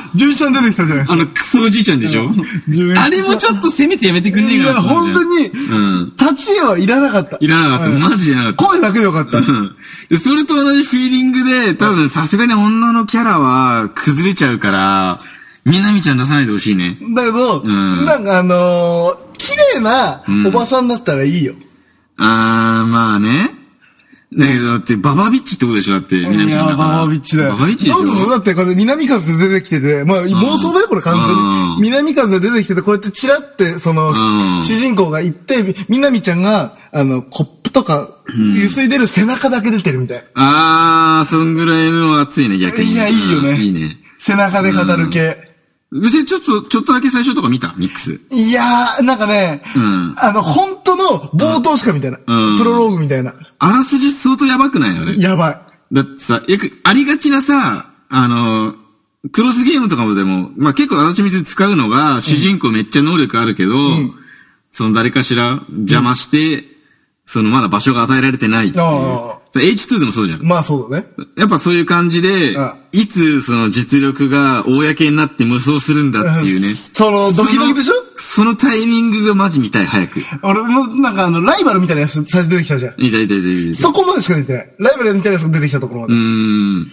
Speaker 1: 11さん出てきたじゃん。
Speaker 2: あの、クソおじいちゃんでしょ
Speaker 1: 純一さん
Speaker 2: あれもちょっとせめてやめてくんねえ
Speaker 1: い
Speaker 2: か
Speaker 1: や、
Speaker 2: なと
Speaker 1: 本
Speaker 2: 思うんだ
Speaker 1: 当
Speaker 2: よ。
Speaker 1: に、
Speaker 2: うん。
Speaker 1: 立ち絵はいらなかった。
Speaker 2: いらなかった。マジでなかった。
Speaker 1: 声だけでよかった。
Speaker 2: うんでそれと同じフィーリングで、多分さすがに女のキャラは崩れちゃうから、みなみちゃん出さないでほしいね。
Speaker 1: だけど、
Speaker 2: ん
Speaker 1: なんかあのー、綺麗なおばさんだったらいいよ。
Speaker 2: あー、まあね。だけど、だって、ババアビッチってことでしょだって、南
Speaker 1: い
Speaker 2: さん
Speaker 1: や
Speaker 2: だ
Speaker 1: ー、
Speaker 2: から。
Speaker 1: ババアビッチだよ。
Speaker 2: ババアビッチでしょ
Speaker 1: なんでそうだって、これ南風で出てきてて、まあ妄想だよ、これ完全
Speaker 2: うん
Speaker 1: に。南風で出てきてて、こうやってチラって、その
Speaker 2: う、ん
Speaker 1: 主人公が行って、み南ちゃんが、あの、コップとか、ゆすいでる背中だけ出てるみたい。
Speaker 2: あー、そんぐらいの熱いね、逆に。
Speaker 1: いやいいよね
Speaker 2: うんいいね。
Speaker 1: 背中で語る系。
Speaker 2: 別にちょっと、ちょっとだけ最初とか見たミックス。
Speaker 1: いやー、なんかね
Speaker 2: うん、
Speaker 1: あの、本当の冒頭しかみたいな。
Speaker 2: うん
Speaker 1: プロローグみたいな。
Speaker 2: あらすじ相当やばくないよね。
Speaker 1: やばい。
Speaker 2: だってさ、よく、ありがちなさ、あのー、クロスゲームとかもでも、まあ、結構私みで使うのが、主人公めっちゃ能力あるけど、その誰かしら邪魔して、そのまだ場所が与えられてないっていう。
Speaker 1: あ
Speaker 2: それ H2 でもそうじゃん。
Speaker 1: まあそうだね。
Speaker 2: やっぱそういう感じで
Speaker 1: うん、
Speaker 2: いつその実力が公になって無双するんだっていうね。
Speaker 1: その、ドキドキでしょ
Speaker 2: そのそのタイミングがマジ見たい、早く。
Speaker 1: 俺も、なんかあの、ライバルみたいなやつ最初出てきたじゃん。
Speaker 2: 見たい、見たい、見たい。
Speaker 1: そこまでしか出てない。ライバルみたいなやつが出てきたところまで
Speaker 2: う。ーん。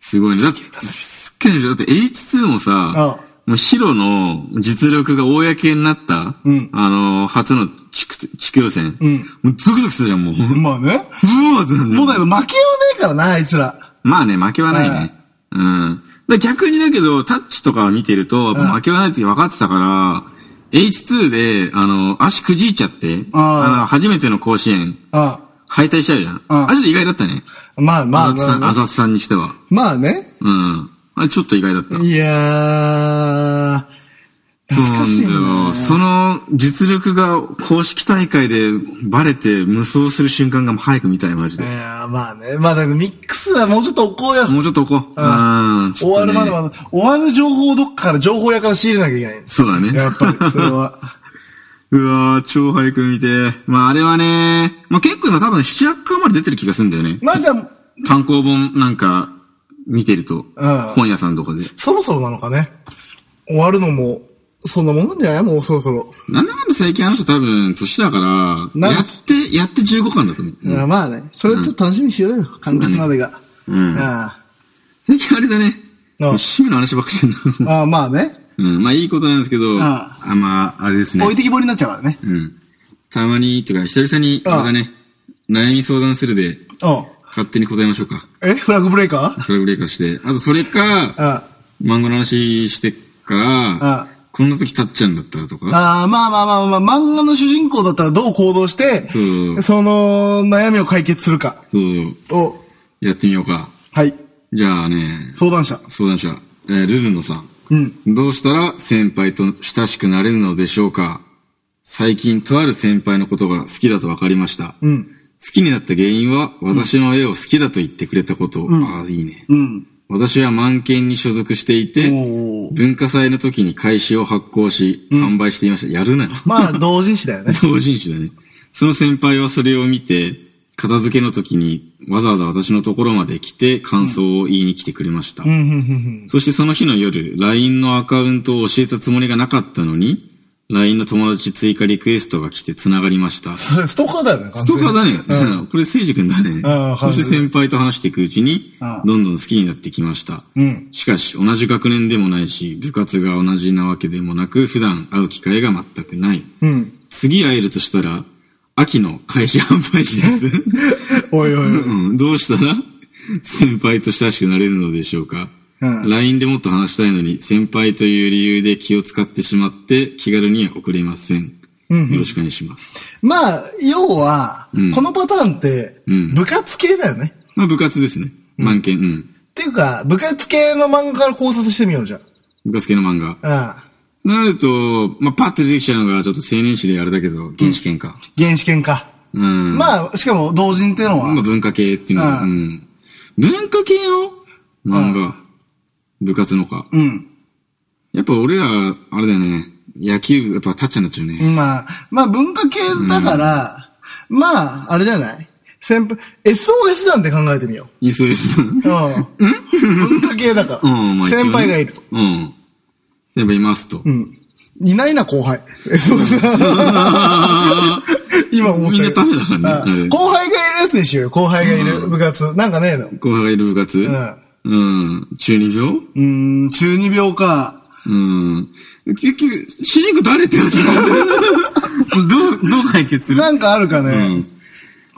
Speaker 2: すごいね。だって、すっげえじゃんだって H2 もさ
Speaker 1: ああ、
Speaker 2: もうヒロの実力が公になった、
Speaker 1: ん
Speaker 2: あの、初の地区、地区予選。
Speaker 1: ん
Speaker 2: もうゾクゾクするじゃん、もう。うわ
Speaker 1: まあね。
Speaker 2: ー って
Speaker 1: もうだけど負けようねえからな、あいつら。
Speaker 2: まあね、負けはない
Speaker 1: はい
Speaker 2: ね。うん。だ逆にだけど、タッチとか見てると、やっぱ負けはないって分かってたから、H2 で、あの、足くじいちゃって、
Speaker 1: ああ
Speaker 2: の、初めての甲子園、
Speaker 1: あ
Speaker 2: 敗退しちゃうじゃん。
Speaker 1: ああ
Speaker 2: あれちょっと意外だったね。
Speaker 1: あまあまあ
Speaker 2: あざつさ
Speaker 1: まあ、
Speaker 2: ん、
Speaker 1: ま
Speaker 2: あ
Speaker 1: あ。
Speaker 2: ざつさんにしては。
Speaker 1: まあね。
Speaker 2: うん。あれちょっと意外だった。
Speaker 1: いやー。
Speaker 2: そうな
Speaker 1: 懐かしい
Speaker 2: んだよ。
Speaker 1: ね。
Speaker 2: その実力が公式大会でバレて無双する瞬間がもう早く見たい、マジ
Speaker 1: い
Speaker 2: で。
Speaker 1: やーまあね。まあだけどミックスはもうちょっとおこうよ。
Speaker 2: もうちょっと置こう。うん。ち
Speaker 1: 終
Speaker 2: ょっ
Speaker 1: わ
Speaker 2: とね
Speaker 1: るまでまだ、終わる情報をどっかから、情報屋から仕入れなきゃいけないんです。
Speaker 2: そうだね。
Speaker 1: やっぱり、それは。
Speaker 2: うわー、超早く見て。まあ、あれはね、まあ結構今多分7、8巻まで出てる気がするんだよね。
Speaker 1: まあじゃあ、
Speaker 2: 単行本なんか見てると、本屋さんとかで。
Speaker 1: そろそろなのかね。終わるのも、そんなもんなんじゃないもうそろそろ。
Speaker 2: なんだかんだ最近あの人多分年だから、
Speaker 1: な
Speaker 2: やって、やって15巻だと思う。
Speaker 1: いやまあね。それちょっと楽しみにしようよ。完結までが。
Speaker 2: うん
Speaker 1: あ
Speaker 2: 最近あれだね。
Speaker 1: ああ
Speaker 2: 趣味の話ばっかりしてる
Speaker 1: あ
Speaker 2: な。
Speaker 1: ああ、まあね。
Speaker 2: うん、まあいいことなんですけど、
Speaker 1: あ
Speaker 2: あまあ、あれですね
Speaker 1: 置。いてきぼりになっちゃうからね。
Speaker 2: うん。たまに、とか久々に、
Speaker 1: ああ
Speaker 2: あれだね、悩み相談するで、
Speaker 1: うん。
Speaker 2: 勝手に答えましょうか。
Speaker 1: えフラグブレイカ
Speaker 2: フラグレイカーして。あとそれ
Speaker 1: ー
Speaker 2: か、
Speaker 1: あ
Speaker 2: 漫画の話してから、
Speaker 1: あ
Speaker 2: こんな時たっちゃんだったらとか。
Speaker 1: ああ、まあまあまあまあ、漫画の主人公だったらどう行動して、
Speaker 2: そう
Speaker 1: その悩みを解決するか
Speaker 2: そう、
Speaker 1: を、
Speaker 2: やってみようか。
Speaker 1: はい、
Speaker 2: じゃあね、
Speaker 1: 相談者。
Speaker 2: 相談者、えールルノさん。
Speaker 1: うん。
Speaker 2: どうしたら先輩と親しくなれるのでしょうか最近とある先輩のことが好きだと分かりました。
Speaker 1: うん。
Speaker 2: 好きになった原因は、私の絵を好きだと言ってくれたこと。ああ、いいね。
Speaker 1: うん。
Speaker 2: 私は満研に所属していて、
Speaker 1: おー
Speaker 2: 文化祭の時に開始を発行し、販売していました。やるなよ。
Speaker 1: まあ、同人誌だよね。
Speaker 2: 同人誌だね。その先輩はそれを見て、片付けの時にわざわざ私のところまで来て感想を言いに来てくれました。
Speaker 1: うん、うん、うん
Speaker 2: そしてその日の夜、LINE のアカウントを教えたつもりがなかったのに、LINE の友達追加リクエストが来て繋がりました。
Speaker 1: うん。それ、ストーカーだよね、
Speaker 2: ストーカーだね。
Speaker 1: う
Speaker 2: うんこれ、聖く君だね
Speaker 1: ああ。
Speaker 2: そして先輩と話していくうちに
Speaker 1: ああ、
Speaker 2: どんどん好きになってきました。
Speaker 1: ん。
Speaker 2: しかし、同じ学年でもないし、部活が同じなわけでもなく、普段会う機会が全くない。
Speaker 1: うん。うん。
Speaker 2: 次会えるとしたら、秋の開始販売時です。
Speaker 1: おいおいおい。
Speaker 2: うんどうしたら、 先輩と親しくなれるのでしょうか。
Speaker 1: うん
Speaker 2: LINE でもっと話したいのに、先輩という理由で気を使ってしまって、気軽には送れません。よろしくお願いします。
Speaker 1: まあ、要は、
Speaker 2: ん
Speaker 1: このパターンって、
Speaker 2: うん
Speaker 1: 部活系だよね。
Speaker 2: まあ、部活ですね。満研、うん。
Speaker 1: っていうか、部活系の漫画から考察してみようじゃん。
Speaker 2: 部活系の漫画。
Speaker 1: ああ。
Speaker 2: なると、まあ、パッと出てきちゃうのが、ちょっと青年誌であれだけど、原始圏か。
Speaker 1: 原始圏か。
Speaker 2: うん。あ、
Speaker 1: まあ、しかも同人っていうのは、
Speaker 2: まあ、文化系っていうのは、
Speaker 1: う
Speaker 2: うんん。文化系の漫画。部活のか。
Speaker 1: うん。
Speaker 2: やっぱ俺ら、あれだよね。野球部、やっぱタッチャになっちゃうね。
Speaker 1: まあ、まあ文化系だから、まあ、あれじゃない先輩、SOS なんて考えてみよ
Speaker 2: いそうです。うん
Speaker 1: う。うん。文化系だか
Speaker 2: う
Speaker 1: ら。
Speaker 2: ん、まあ一応ね
Speaker 1: 先輩がいると。。
Speaker 2: うん。やっぱいますと。
Speaker 1: うん。いないな、後輩。SOS 今思ったけど。
Speaker 2: みんなダメだからね
Speaker 1: ああ
Speaker 2: うん
Speaker 1: 後輩がいるやつにしようよ。後輩がいる部活。なんかねえの。
Speaker 2: 後輩がいる部活
Speaker 1: ん
Speaker 2: うん。中二病
Speaker 1: うーん、中二病か。
Speaker 2: うん。結局、主人公誰って話 どう、どう解決する
Speaker 1: なんかあるか
Speaker 2: う
Speaker 1: ね。
Speaker 2: ん。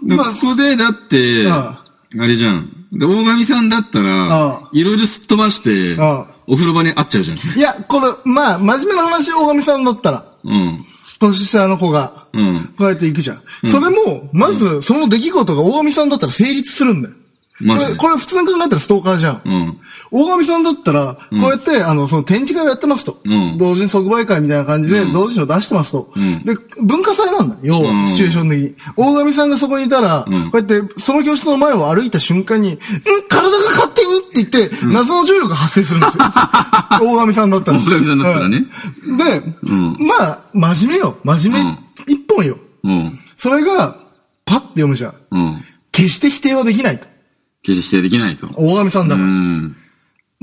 Speaker 2: でもここで、だって、
Speaker 1: うん
Speaker 2: あれじゃん。で、大神さんだったら、いろいろすっ飛ばして
Speaker 1: うん、
Speaker 2: お風呂場に会っちゃうじゃん。
Speaker 1: いや、これ、まあ、真面目な話、大神さんだったら、
Speaker 2: うん。
Speaker 1: 年下の子が、
Speaker 2: うん。
Speaker 1: こうやって行くじゃん。それも、まず、その出来事が大神さんだったら成立するんだよ。
Speaker 2: マ
Speaker 1: こ
Speaker 2: ジ
Speaker 1: れ
Speaker 2: で。
Speaker 1: これ普通に考えたらストーカーじゃん。
Speaker 2: うん。
Speaker 1: 大神さんだったら、こうやって、あの、その展示会をやってますと。
Speaker 2: うん
Speaker 1: 同人即売会みたいな感じで、同人を出してますと。
Speaker 2: ん
Speaker 1: で、文化祭なんだ。要
Speaker 2: う
Speaker 1: は、
Speaker 2: ん
Speaker 1: シチュエーション的に。大神さんがそこにいたら、こうやって、その教室の前を歩いた瞬間に、ん体が勝手にって言って、謎の重力が発生するん ですよ。大神さんだったら。
Speaker 2: 大神さんだったらね
Speaker 1: うん。で、
Speaker 2: ん
Speaker 1: まあ、真面目よ。真面
Speaker 2: うん
Speaker 1: 目。一本よ。
Speaker 2: うん。
Speaker 1: それが、パッて読むじゃん。
Speaker 2: うん。
Speaker 1: 決して否定はできないと。
Speaker 2: 決して否定できないと。
Speaker 1: 大神さんだ
Speaker 2: う
Speaker 1: から。
Speaker 2: ん。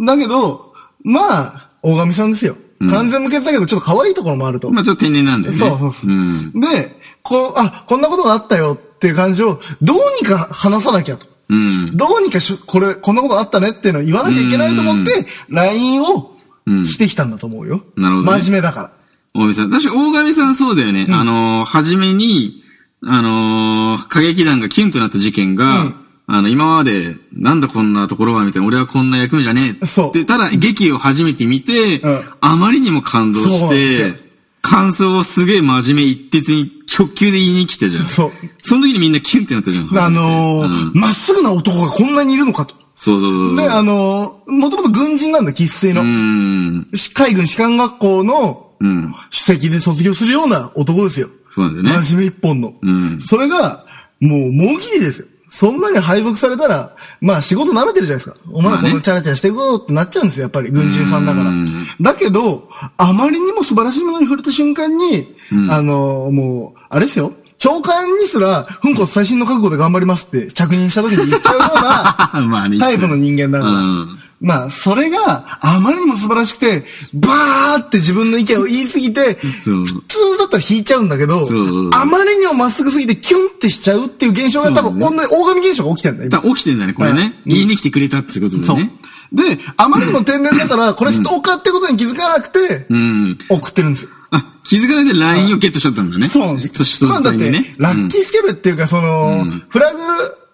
Speaker 1: だけど、まあ、大神さんですよ。完全無欠だけど、ちょっと可愛いところもあると。
Speaker 2: まあちょっと天然なんだよね。
Speaker 1: そうそうそう。
Speaker 2: ん。
Speaker 1: で、こう、あ、こんなことがあったよっていう感じを、どうにか話さなきゃと。
Speaker 2: うん。
Speaker 1: どうにかしょ、これ、こんなことあったねっていうのを言わなきゃいけないと思って、LINE を
Speaker 2: うん
Speaker 1: してきたんだと思うよ。
Speaker 2: なるほどね
Speaker 1: 真面目だから。
Speaker 2: 大神さん。確か大神さんそうだよね。あのー、初めに、あのー、歌劇団がキュンとなった事件が、
Speaker 1: うん
Speaker 2: あの、今まで、なんだこんなところは、みたいな、俺はこんな役目じゃねえ。
Speaker 1: そう
Speaker 2: で、ただ、劇を初めて見て、
Speaker 1: うん
Speaker 2: あまりにも感動
Speaker 1: そう
Speaker 2: し
Speaker 1: なんですよ
Speaker 2: て、感想をすげえ真面目一徹に直球で言いに来たじゃん。
Speaker 1: そう。
Speaker 2: その時にみんなキュンってなったじゃん。
Speaker 1: あの
Speaker 2: う
Speaker 1: ー、
Speaker 2: ん
Speaker 1: ま、っすぐな男がこんなにいるのかと。
Speaker 2: そうそうそう。
Speaker 1: で、あのー、もともと軍人なんだ、喫水の。
Speaker 2: うん。
Speaker 1: 海軍士官学校の
Speaker 2: うん。
Speaker 1: 主席で卒業するような男ですよ。
Speaker 2: そうなんだよね。
Speaker 1: 真面目一本の。
Speaker 2: うん
Speaker 1: それが、もう、もうきりですよ。そんなに配属されたら、まあ仕事舐めてるじゃないですか。お前らこ
Speaker 2: まあ
Speaker 1: の
Speaker 2: ね
Speaker 1: チャラチャラしていくことってなっちゃうんですよ、やっぱり。軍人さんだから
Speaker 2: うん。
Speaker 1: だけど、あまりにも素晴らしいものに触れた瞬間に、あの、もう、あれですよ。長官にすら、粉骨最新の覚悟で頑張りますって着任した時に言っちゃうような、
Speaker 2: まあね。いつ
Speaker 1: タイプの人間だから。
Speaker 2: うん
Speaker 1: まあ、それがあまりにも素晴らしくて、バーって自分の意見を言いすぎて、
Speaker 2: そ
Speaker 1: 普
Speaker 2: う
Speaker 1: 通だったら引いちゃうんだけど
Speaker 2: そう、
Speaker 1: あまりにもまっすぐすぎてキュンってしちゃうっていう現象が多分、
Speaker 2: そ
Speaker 1: こ
Speaker 2: うん
Speaker 1: な大神現象が起きてんだよ、
Speaker 2: 多
Speaker 1: 今。
Speaker 2: 分起きてんだね、これ
Speaker 1: は
Speaker 2: ね
Speaker 1: い。
Speaker 2: 言いに来てくれたってことだ
Speaker 1: そう
Speaker 2: ね。。
Speaker 1: で、あまりにも天然だから、これストーカーってことに気づかなくて
Speaker 2: う、ん。
Speaker 1: 送ってるんですよ。
Speaker 2: あ、気づかれて LINE をゲットしちゃったんだね。
Speaker 1: そうなんです。
Speaker 2: そして、
Speaker 1: まあだって、
Speaker 2: ね。
Speaker 1: ラッキースケベっていうか、その、フラグ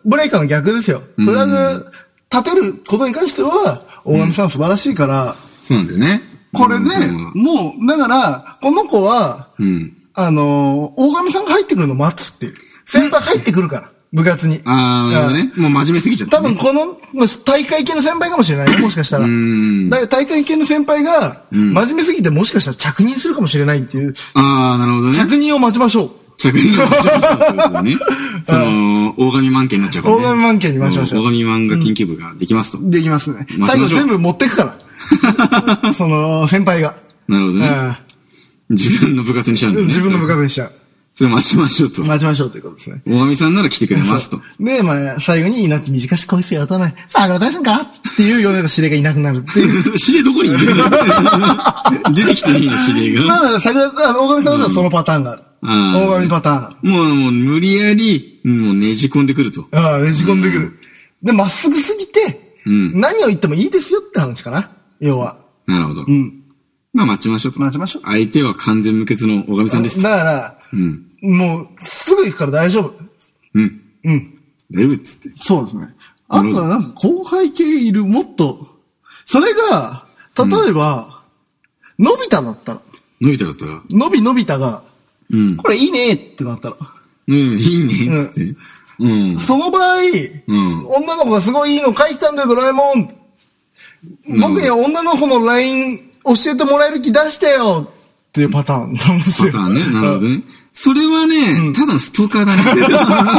Speaker 1: ブレイカーの逆ですよ。フラグ立てることに関しては、大神さん素晴らしいから、
Speaker 2: そうなんだよね。
Speaker 1: これで、
Speaker 2: うん
Speaker 1: もう、だから、この子は、
Speaker 2: うん。
Speaker 1: あのー大神さんが入ってくるのを待つっていう。先輩入ってくるから、部活に。
Speaker 2: あー、なるほどね。もう真面目すぎちゃった
Speaker 1: 多
Speaker 2: ね。
Speaker 1: 分この、大会系の先輩かもしれないね、もしかしたら。
Speaker 2: ん
Speaker 1: だから大会系の先輩が、真面目すぎてもしかしたら着任するかもしれないっていう、
Speaker 2: あー、なるほどね。
Speaker 1: 着任を待ちましょう。
Speaker 2: 着任が落ちましたってこと だね。その、大神満件になっちゃうからね。
Speaker 1: 大神満件に回しましょう
Speaker 2: 大神漫画研究部ができますと。
Speaker 1: できますね。
Speaker 2: まあ
Speaker 1: 最後
Speaker 2: しましょ
Speaker 1: 全
Speaker 2: う
Speaker 1: 部持ってくから。その、先輩が。
Speaker 2: なるほどね。
Speaker 1: う
Speaker 2: 自分の部活にしちゃうんだ
Speaker 1: ん
Speaker 2: ね。
Speaker 1: 自分の部活にしちゃう。
Speaker 2: それを待ちましょうと。
Speaker 1: 待ちましょうということですね。
Speaker 2: 大神さんなら来てくれますと。
Speaker 1: で、まあ、最後に、いいなって短し恋せよ、頭に。さあ、桜大さんかっていう米田司令がいなくなるって いう。
Speaker 2: 知りどこにいる出てきていいの、知りが。
Speaker 1: まあ、桜、あの、大神さんだったらそのパターンがある。
Speaker 2: うん
Speaker 1: 大神パターン。
Speaker 2: もう、もう、無理やり、もうねじ込んでくると。
Speaker 1: ああ、ねじ込んでくる。で、まっすぐすぎて、
Speaker 2: うん
Speaker 1: 何を言ってもいいですよって話かな。要は。
Speaker 2: なるほど。
Speaker 1: うん。
Speaker 2: まあ、待ちましょうと。
Speaker 1: 待ちましょう
Speaker 2: 相手は完全無欠の小神さんですと。
Speaker 1: だから、
Speaker 2: うん。
Speaker 1: もう、すぐ行くから大丈夫。
Speaker 2: うん。
Speaker 1: うん。
Speaker 2: 大丈夫っつって。
Speaker 1: そうですね。あとはなんか後輩系いる、もっと。それが、例えば、のび太だったら、
Speaker 2: 伸びただったら。
Speaker 1: のびのび太が、
Speaker 2: うん。
Speaker 1: これいいねってなったら、
Speaker 2: うん、いいね、っつって。うん。
Speaker 1: その場合、
Speaker 2: ん
Speaker 1: 女の子がすごいいいの書いてたんだよ、ドラえもん。僕には女の子の LINE 教えてもらえる気出してよっていうパターンなんです
Speaker 2: パ
Speaker 1: よ。
Speaker 2: ターンね。なるほどね。それはね、ただのストーカー だね。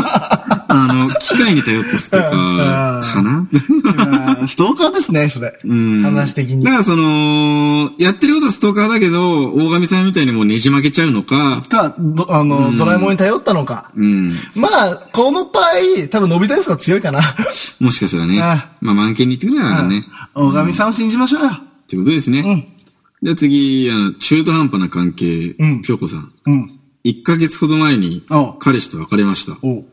Speaker 2: あの、機械に頼ったストーカーかな。
Speaker 1: うんストーカーですね、それ。
Speaker 2: うん
Speaker 1: 話的に
Speaker 2: だ。からその、やってることはストーカーだけど、大神さんみたいにもうねじ曲げちゃうのか、
Speaker 1: か、どあの、ドラえもんに頼ったのか。
Speaker 2: うん。
Speaker 1: まあ、この場合、多分、伸びたやつが強いかな。
Speaker 2: もしかしたらね、
Speaker 1: あ
Speaker 2: まあ満件に言ってくれならね、
Speaker 1: 大神さんを信じましょうよ。
Speaker 2: ってことですね。
Speaker 1: ん
Speaker 2: じゃあ次、あの、中途半端な関係、
Speaker 1: うん
Speaker 2: 京子さん。
Speaker 1: うん。
Speaker 2: 1ヶ月ほど前に
Speaker 1: ああ、
Speaker 2: 彼氏と別れました。
Speaker 1: おう。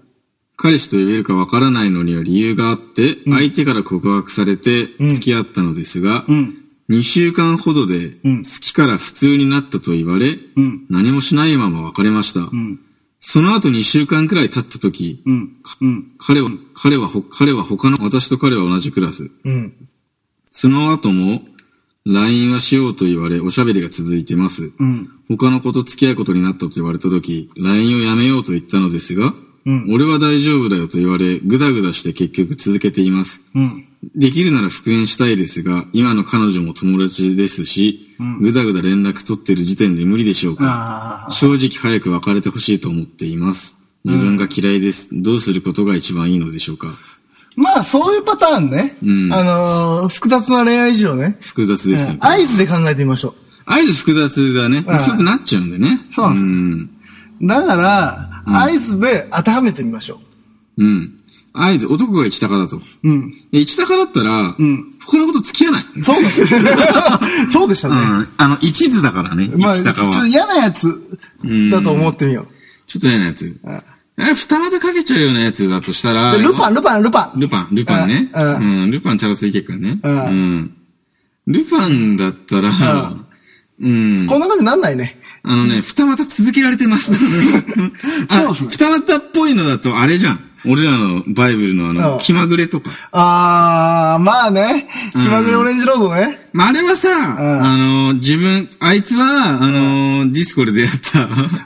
Speaker 2: 彼氏と言えるかわからないのには理由があって、相手から告白されて付き合ったのですが、
Speaker 1: ん
Speaker 2: 2週間ほどで、
Speaker 3: うん
Speaker 2: 好きから普通になったと言われ、
Speaker 3: うん
Speaker 2: 何もしないまま別れました。
Speaker 3: ん
Speaker 2: その後2週間くらい経った時、
Speaker 3: うん。うん。
Speaker 2: 彼は、彼はほ、彼は他の、私と彼は同じクラス。
Speaker 1: うん。
Speaker 2: その後も、LINE はしようと言われ、おしゃべりが続いてます。
Speaker 3: うん。
Speaker 2: 他の子と付き合うことになったと言われた時、LINE をやめようと言ったのですが、俺は大丈夫だよと言われ、ぐだぐだして結局続けています。
Speaker 3: うん。
Speaker 2: できるなら復縁したいですが、今の彼女も友達ですし、ぐだぐだ連絡取ってる時点で無理でしょうか。正直早く別れてほしいと思っています。自分が嫌いです。どうすることが一番いいのでしょうか。
Speaker 1: まあ、そういうパターンね。
Speaker 2: ん
Speaker 1: あのー複雑な恋愛事情ね。
Speaker 2: 複雑ですね。
Speaker 1: 合図で考えてみましょ
Speaker 2: 合図複雑だね。
Speaker 1: うん
Speaker 2: 複雑になっちゃうんでね。
Speaker 1: そうなんです
Speaker 2: ん
Speaker 1: う。だから、合図で当てはめてみましょう。
Speaker 2: うん。合図、男が一高だと。
Speaker 3: うん。
Speaker 2: で一高だったら、他のこと付き合わない。
Speaker 1: そうです。そうでしたね。
Speaker 2: うん。あの、一途だからね、
Speaker 1: まあ、ち
Speaker 2: 一
Speaker 1: ょっ
Speaker 2: 高は。
Speaker 1: と嫌なやつだと思ってみよう。
Speaker 2: ちょっと嫌なやつ。
Speaker 1: ん
Speaker 2: え、二股かけちゃうようなやつだとしたら。
Speaker 1: でルパン、ルパン、ルパン。
Speaker 2: ルパン、ルパンね。
Speaker 1: うん
Speaker 2: うん、ルパンチャラついてるからね。
Speaker 1: う
Speaker 2: うんん。ルパンだったら、うん。
Speaker 1: こんな感じなんないね。
Speaker 2: あのね、二股続けられて ます。あ、二股っぽいのだとあれじゃん。俺らのバイブルのあ
Speaker 1: う
Speaker 2: の、
Speaker 1: ん
Speaker 2: 気まぐれとか。
Speaker 1: あー、まあね。気まぐれオレンジロードね。
Speaker 2: まあ、あれはさ、
Speaker 1: ん
Speaker 2: あの、自分、あいつは、あの、ディスコで出会っ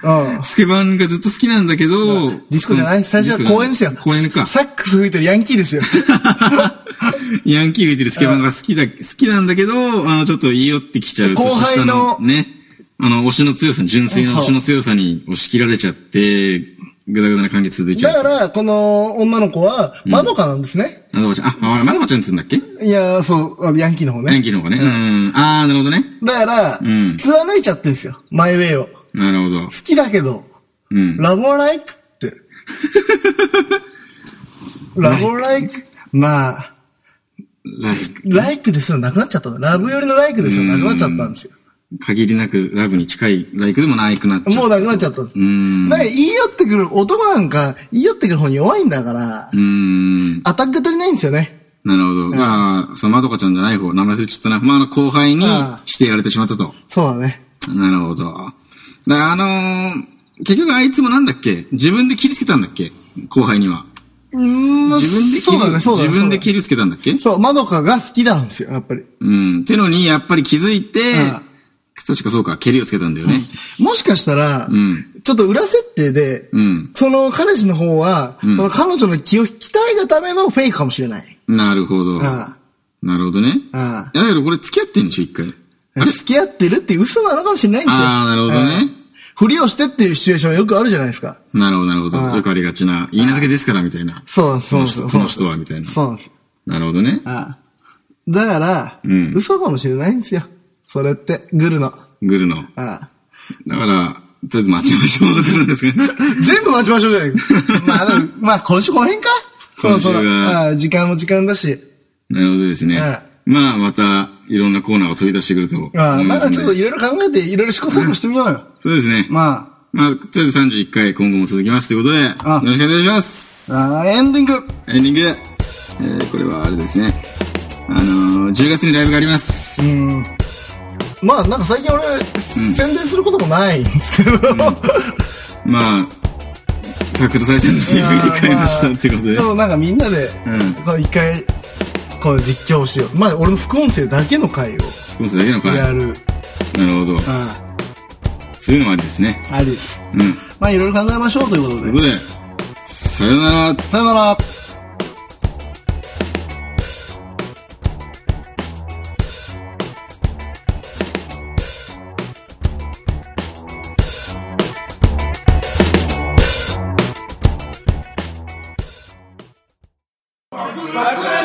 Speaker 1: うん
Speaker 2: た、スケバンがずっと好きなんだけど、
Speaker 1: ディスコじゃない最初は公園ですよ。
Speaker 2: 公園か。
Speaker 1: サックス吹いてるヤンキーですよ。
Speaker 2: ヤンキー吹いてるスケバンが好きだ、好きなんだけど、あの、ちょっと言い寄ってきちゃう。
Speaker 1: 後輩の
Speaker 2: 年下ね。あの、推しの強さ、純粋な推しの強さに押し切られちゃって、ぐだぐだな関係続いちゃ
Speaker 1: だ
Speaker 2: う。
Speaker 1: か、ら、この女の子は、まどかなんですね。
Speaker 2: まどかちゃん、あ、あまどかちゃんっつうんだっけ
Speaker 1: いや、そう、あのヤンキーの方
Speaker 2: ヤン
Speaker 1: ね。
Speaker 2: キーの方がね。うん。あー、なるほどね。
Speaker 1: だから、
Speaker 2: ん
Speaker 1: 貫いちゃってんですよ。マイウェイを。好
Speaker 2: なるほど。
Speaker 1: きだけど、
Speaker 2: うん。
Speaker 1: ラボライク って。ラボライク、まあ、
Speaker 2: ライフ。
Speaker 1: ライクですよ、なくなっちゃったの。ラブ寄りのライクですよ、なくなっちゃったんですよ。
Speaker 2: 限りなくラブに近いライクでもないくなっちゃう。
Speaker 1: もうなくなっちゃったんです。
Speaker 2: うーん。
Speaker 1: だから言い寄ってくる、男なんか、言い寄ってくる方に弱いんだから
Speaker 2: う、ーん。
Speaker 1: アタックが足りないんですよね。
Speaker 2: なるほど。じゃあ、そのまどかちゃんじゃない方、名前忘れちゃったな。まあ、あの、後輩に
Speaker 1: あー
Speaker 2: してやれてしまったと。
Speaker 1: そうだね。
Speaker 2: なるほど。だからあのー結局あいつもなんだっけ自分で切りつけたんだっけ後輩には。
Speaker 1: うーん、
Speaker 2: 自分で切
Speaker 1: そ
Speaker 2: り、
Speaker 1: うだね、そうだね。
Speaker 2: 自分で
Speaker 1: る。
Speaker 2: 切りつけたんだっけ
Speaker 1: そう、まどかが好きなんですよ、やっぱり。
Speaker 2: うん。てのに、やっぱり気づいて
Speaker 1: うん、
Speaker 2: 確かそうか、蹴りをつけたんだよね。
Speaker 1: もしかしたら、
Speaker 2: ん
Speaker 1: ちょっと裏設定で、
Speaker 2: うん
Speaker 1: その彼氏の方は、その彼女の気を引きたいがためのフェイクかもしれない。
Speaker 2: なるほど。
Speaker 1: あ
Speaker 2: なるほどね。
Speaker 1: ああ
Speaker 2: だけどこれ付き合ってんでしょ一回。あれ
Speaker 1: 付き合ってるって嘘なのかもしれないんですよ。
Speaker 2: ああなるほどね
Speaker 1: うん。ふりをしてっていうシチュエーションよくあるじゃないですか。
Speaker 2: なるほど、なるほ
Speaker 1: ああ
Speaker 2: ど。よくありがちな、言い名付けですから、みたいな。
Speaker 1: そうそう
Speaker 2: こ
Speaker 1: そ
Speaker 2: の人
Speaker 1: う。
Speaker 2: この人はみたいな
Speaker 1: そうなんです。
Speaker 2: なるほどね。
Speaker 1: ああだから、
Speaker 2: うん
Speaker 1: 嘘かもしれないんですよ。それって、グルの。あ
Speaker 2: グルの。だ
Speaker 1: あ
Speaker 2: から、とりあえず待ちましょう、だったんですが。
Speaker 1: 全部待ちましょうじゃないか。まあ、でもまあ、今週この辺かそろそろ。
Speaker 2: 今週は
Speaker 1: ああ時間も時間だし。
Speaker 2: なるほどですね。
Speaker 1: え
Speaker 2: まあ、また、いろんなコーナーを飛び出してくると思い
Speaker 1: ああま
Speaker 2: ます
Speaker 1: だ
Speaker 2: んで
Speaker 1: ちょっといろいろ考えて、いろいろ試行錯誤してみようよ。
Speaker 2: そうですね。まあ、
Speaker 1: ま
Speaker 2: とりあえず31回今後も続きますということで、よ
Speaker 1: あ
Speaker 2: ろしくお願いします。
Speaker 1: あ、ああエンディング。
Speaker 2: エンディング、えー、これはあれですね。あのー、10月にライブがあります。
Speaker 1: うん。まあ、なんか最近俺、宣伝することもないんですけど。
Speaker 2: まあ、桜大戦の
Speaker 1: いや
Speaker 2: TV に変えましたっていうこと で。
Speaker 1: ちょっとなんかみんなで、
Speaker 2: うん
Speaker 1: こう一回、こう実況をしよう。まあ、俺の副音声だけの回を
Speaker 2: コースだけの回。
Speaker 1: や
Speaker 2: な
Speaker 1: る。
Speaker 2: るほど。
Speaker 1: あ
Speaker 2: そういうのもありですね。
Speaker 1: あ、ありです。
Speaker 2: うん。
Speaker 1: まあ、いろいろ考えましょうということ
Speaker 2: という
Speaker 1: で。
Speaker 2: ことで、さよなら。
Speaker 1: さよなら。
Speaker 4: 爆裂ラジオ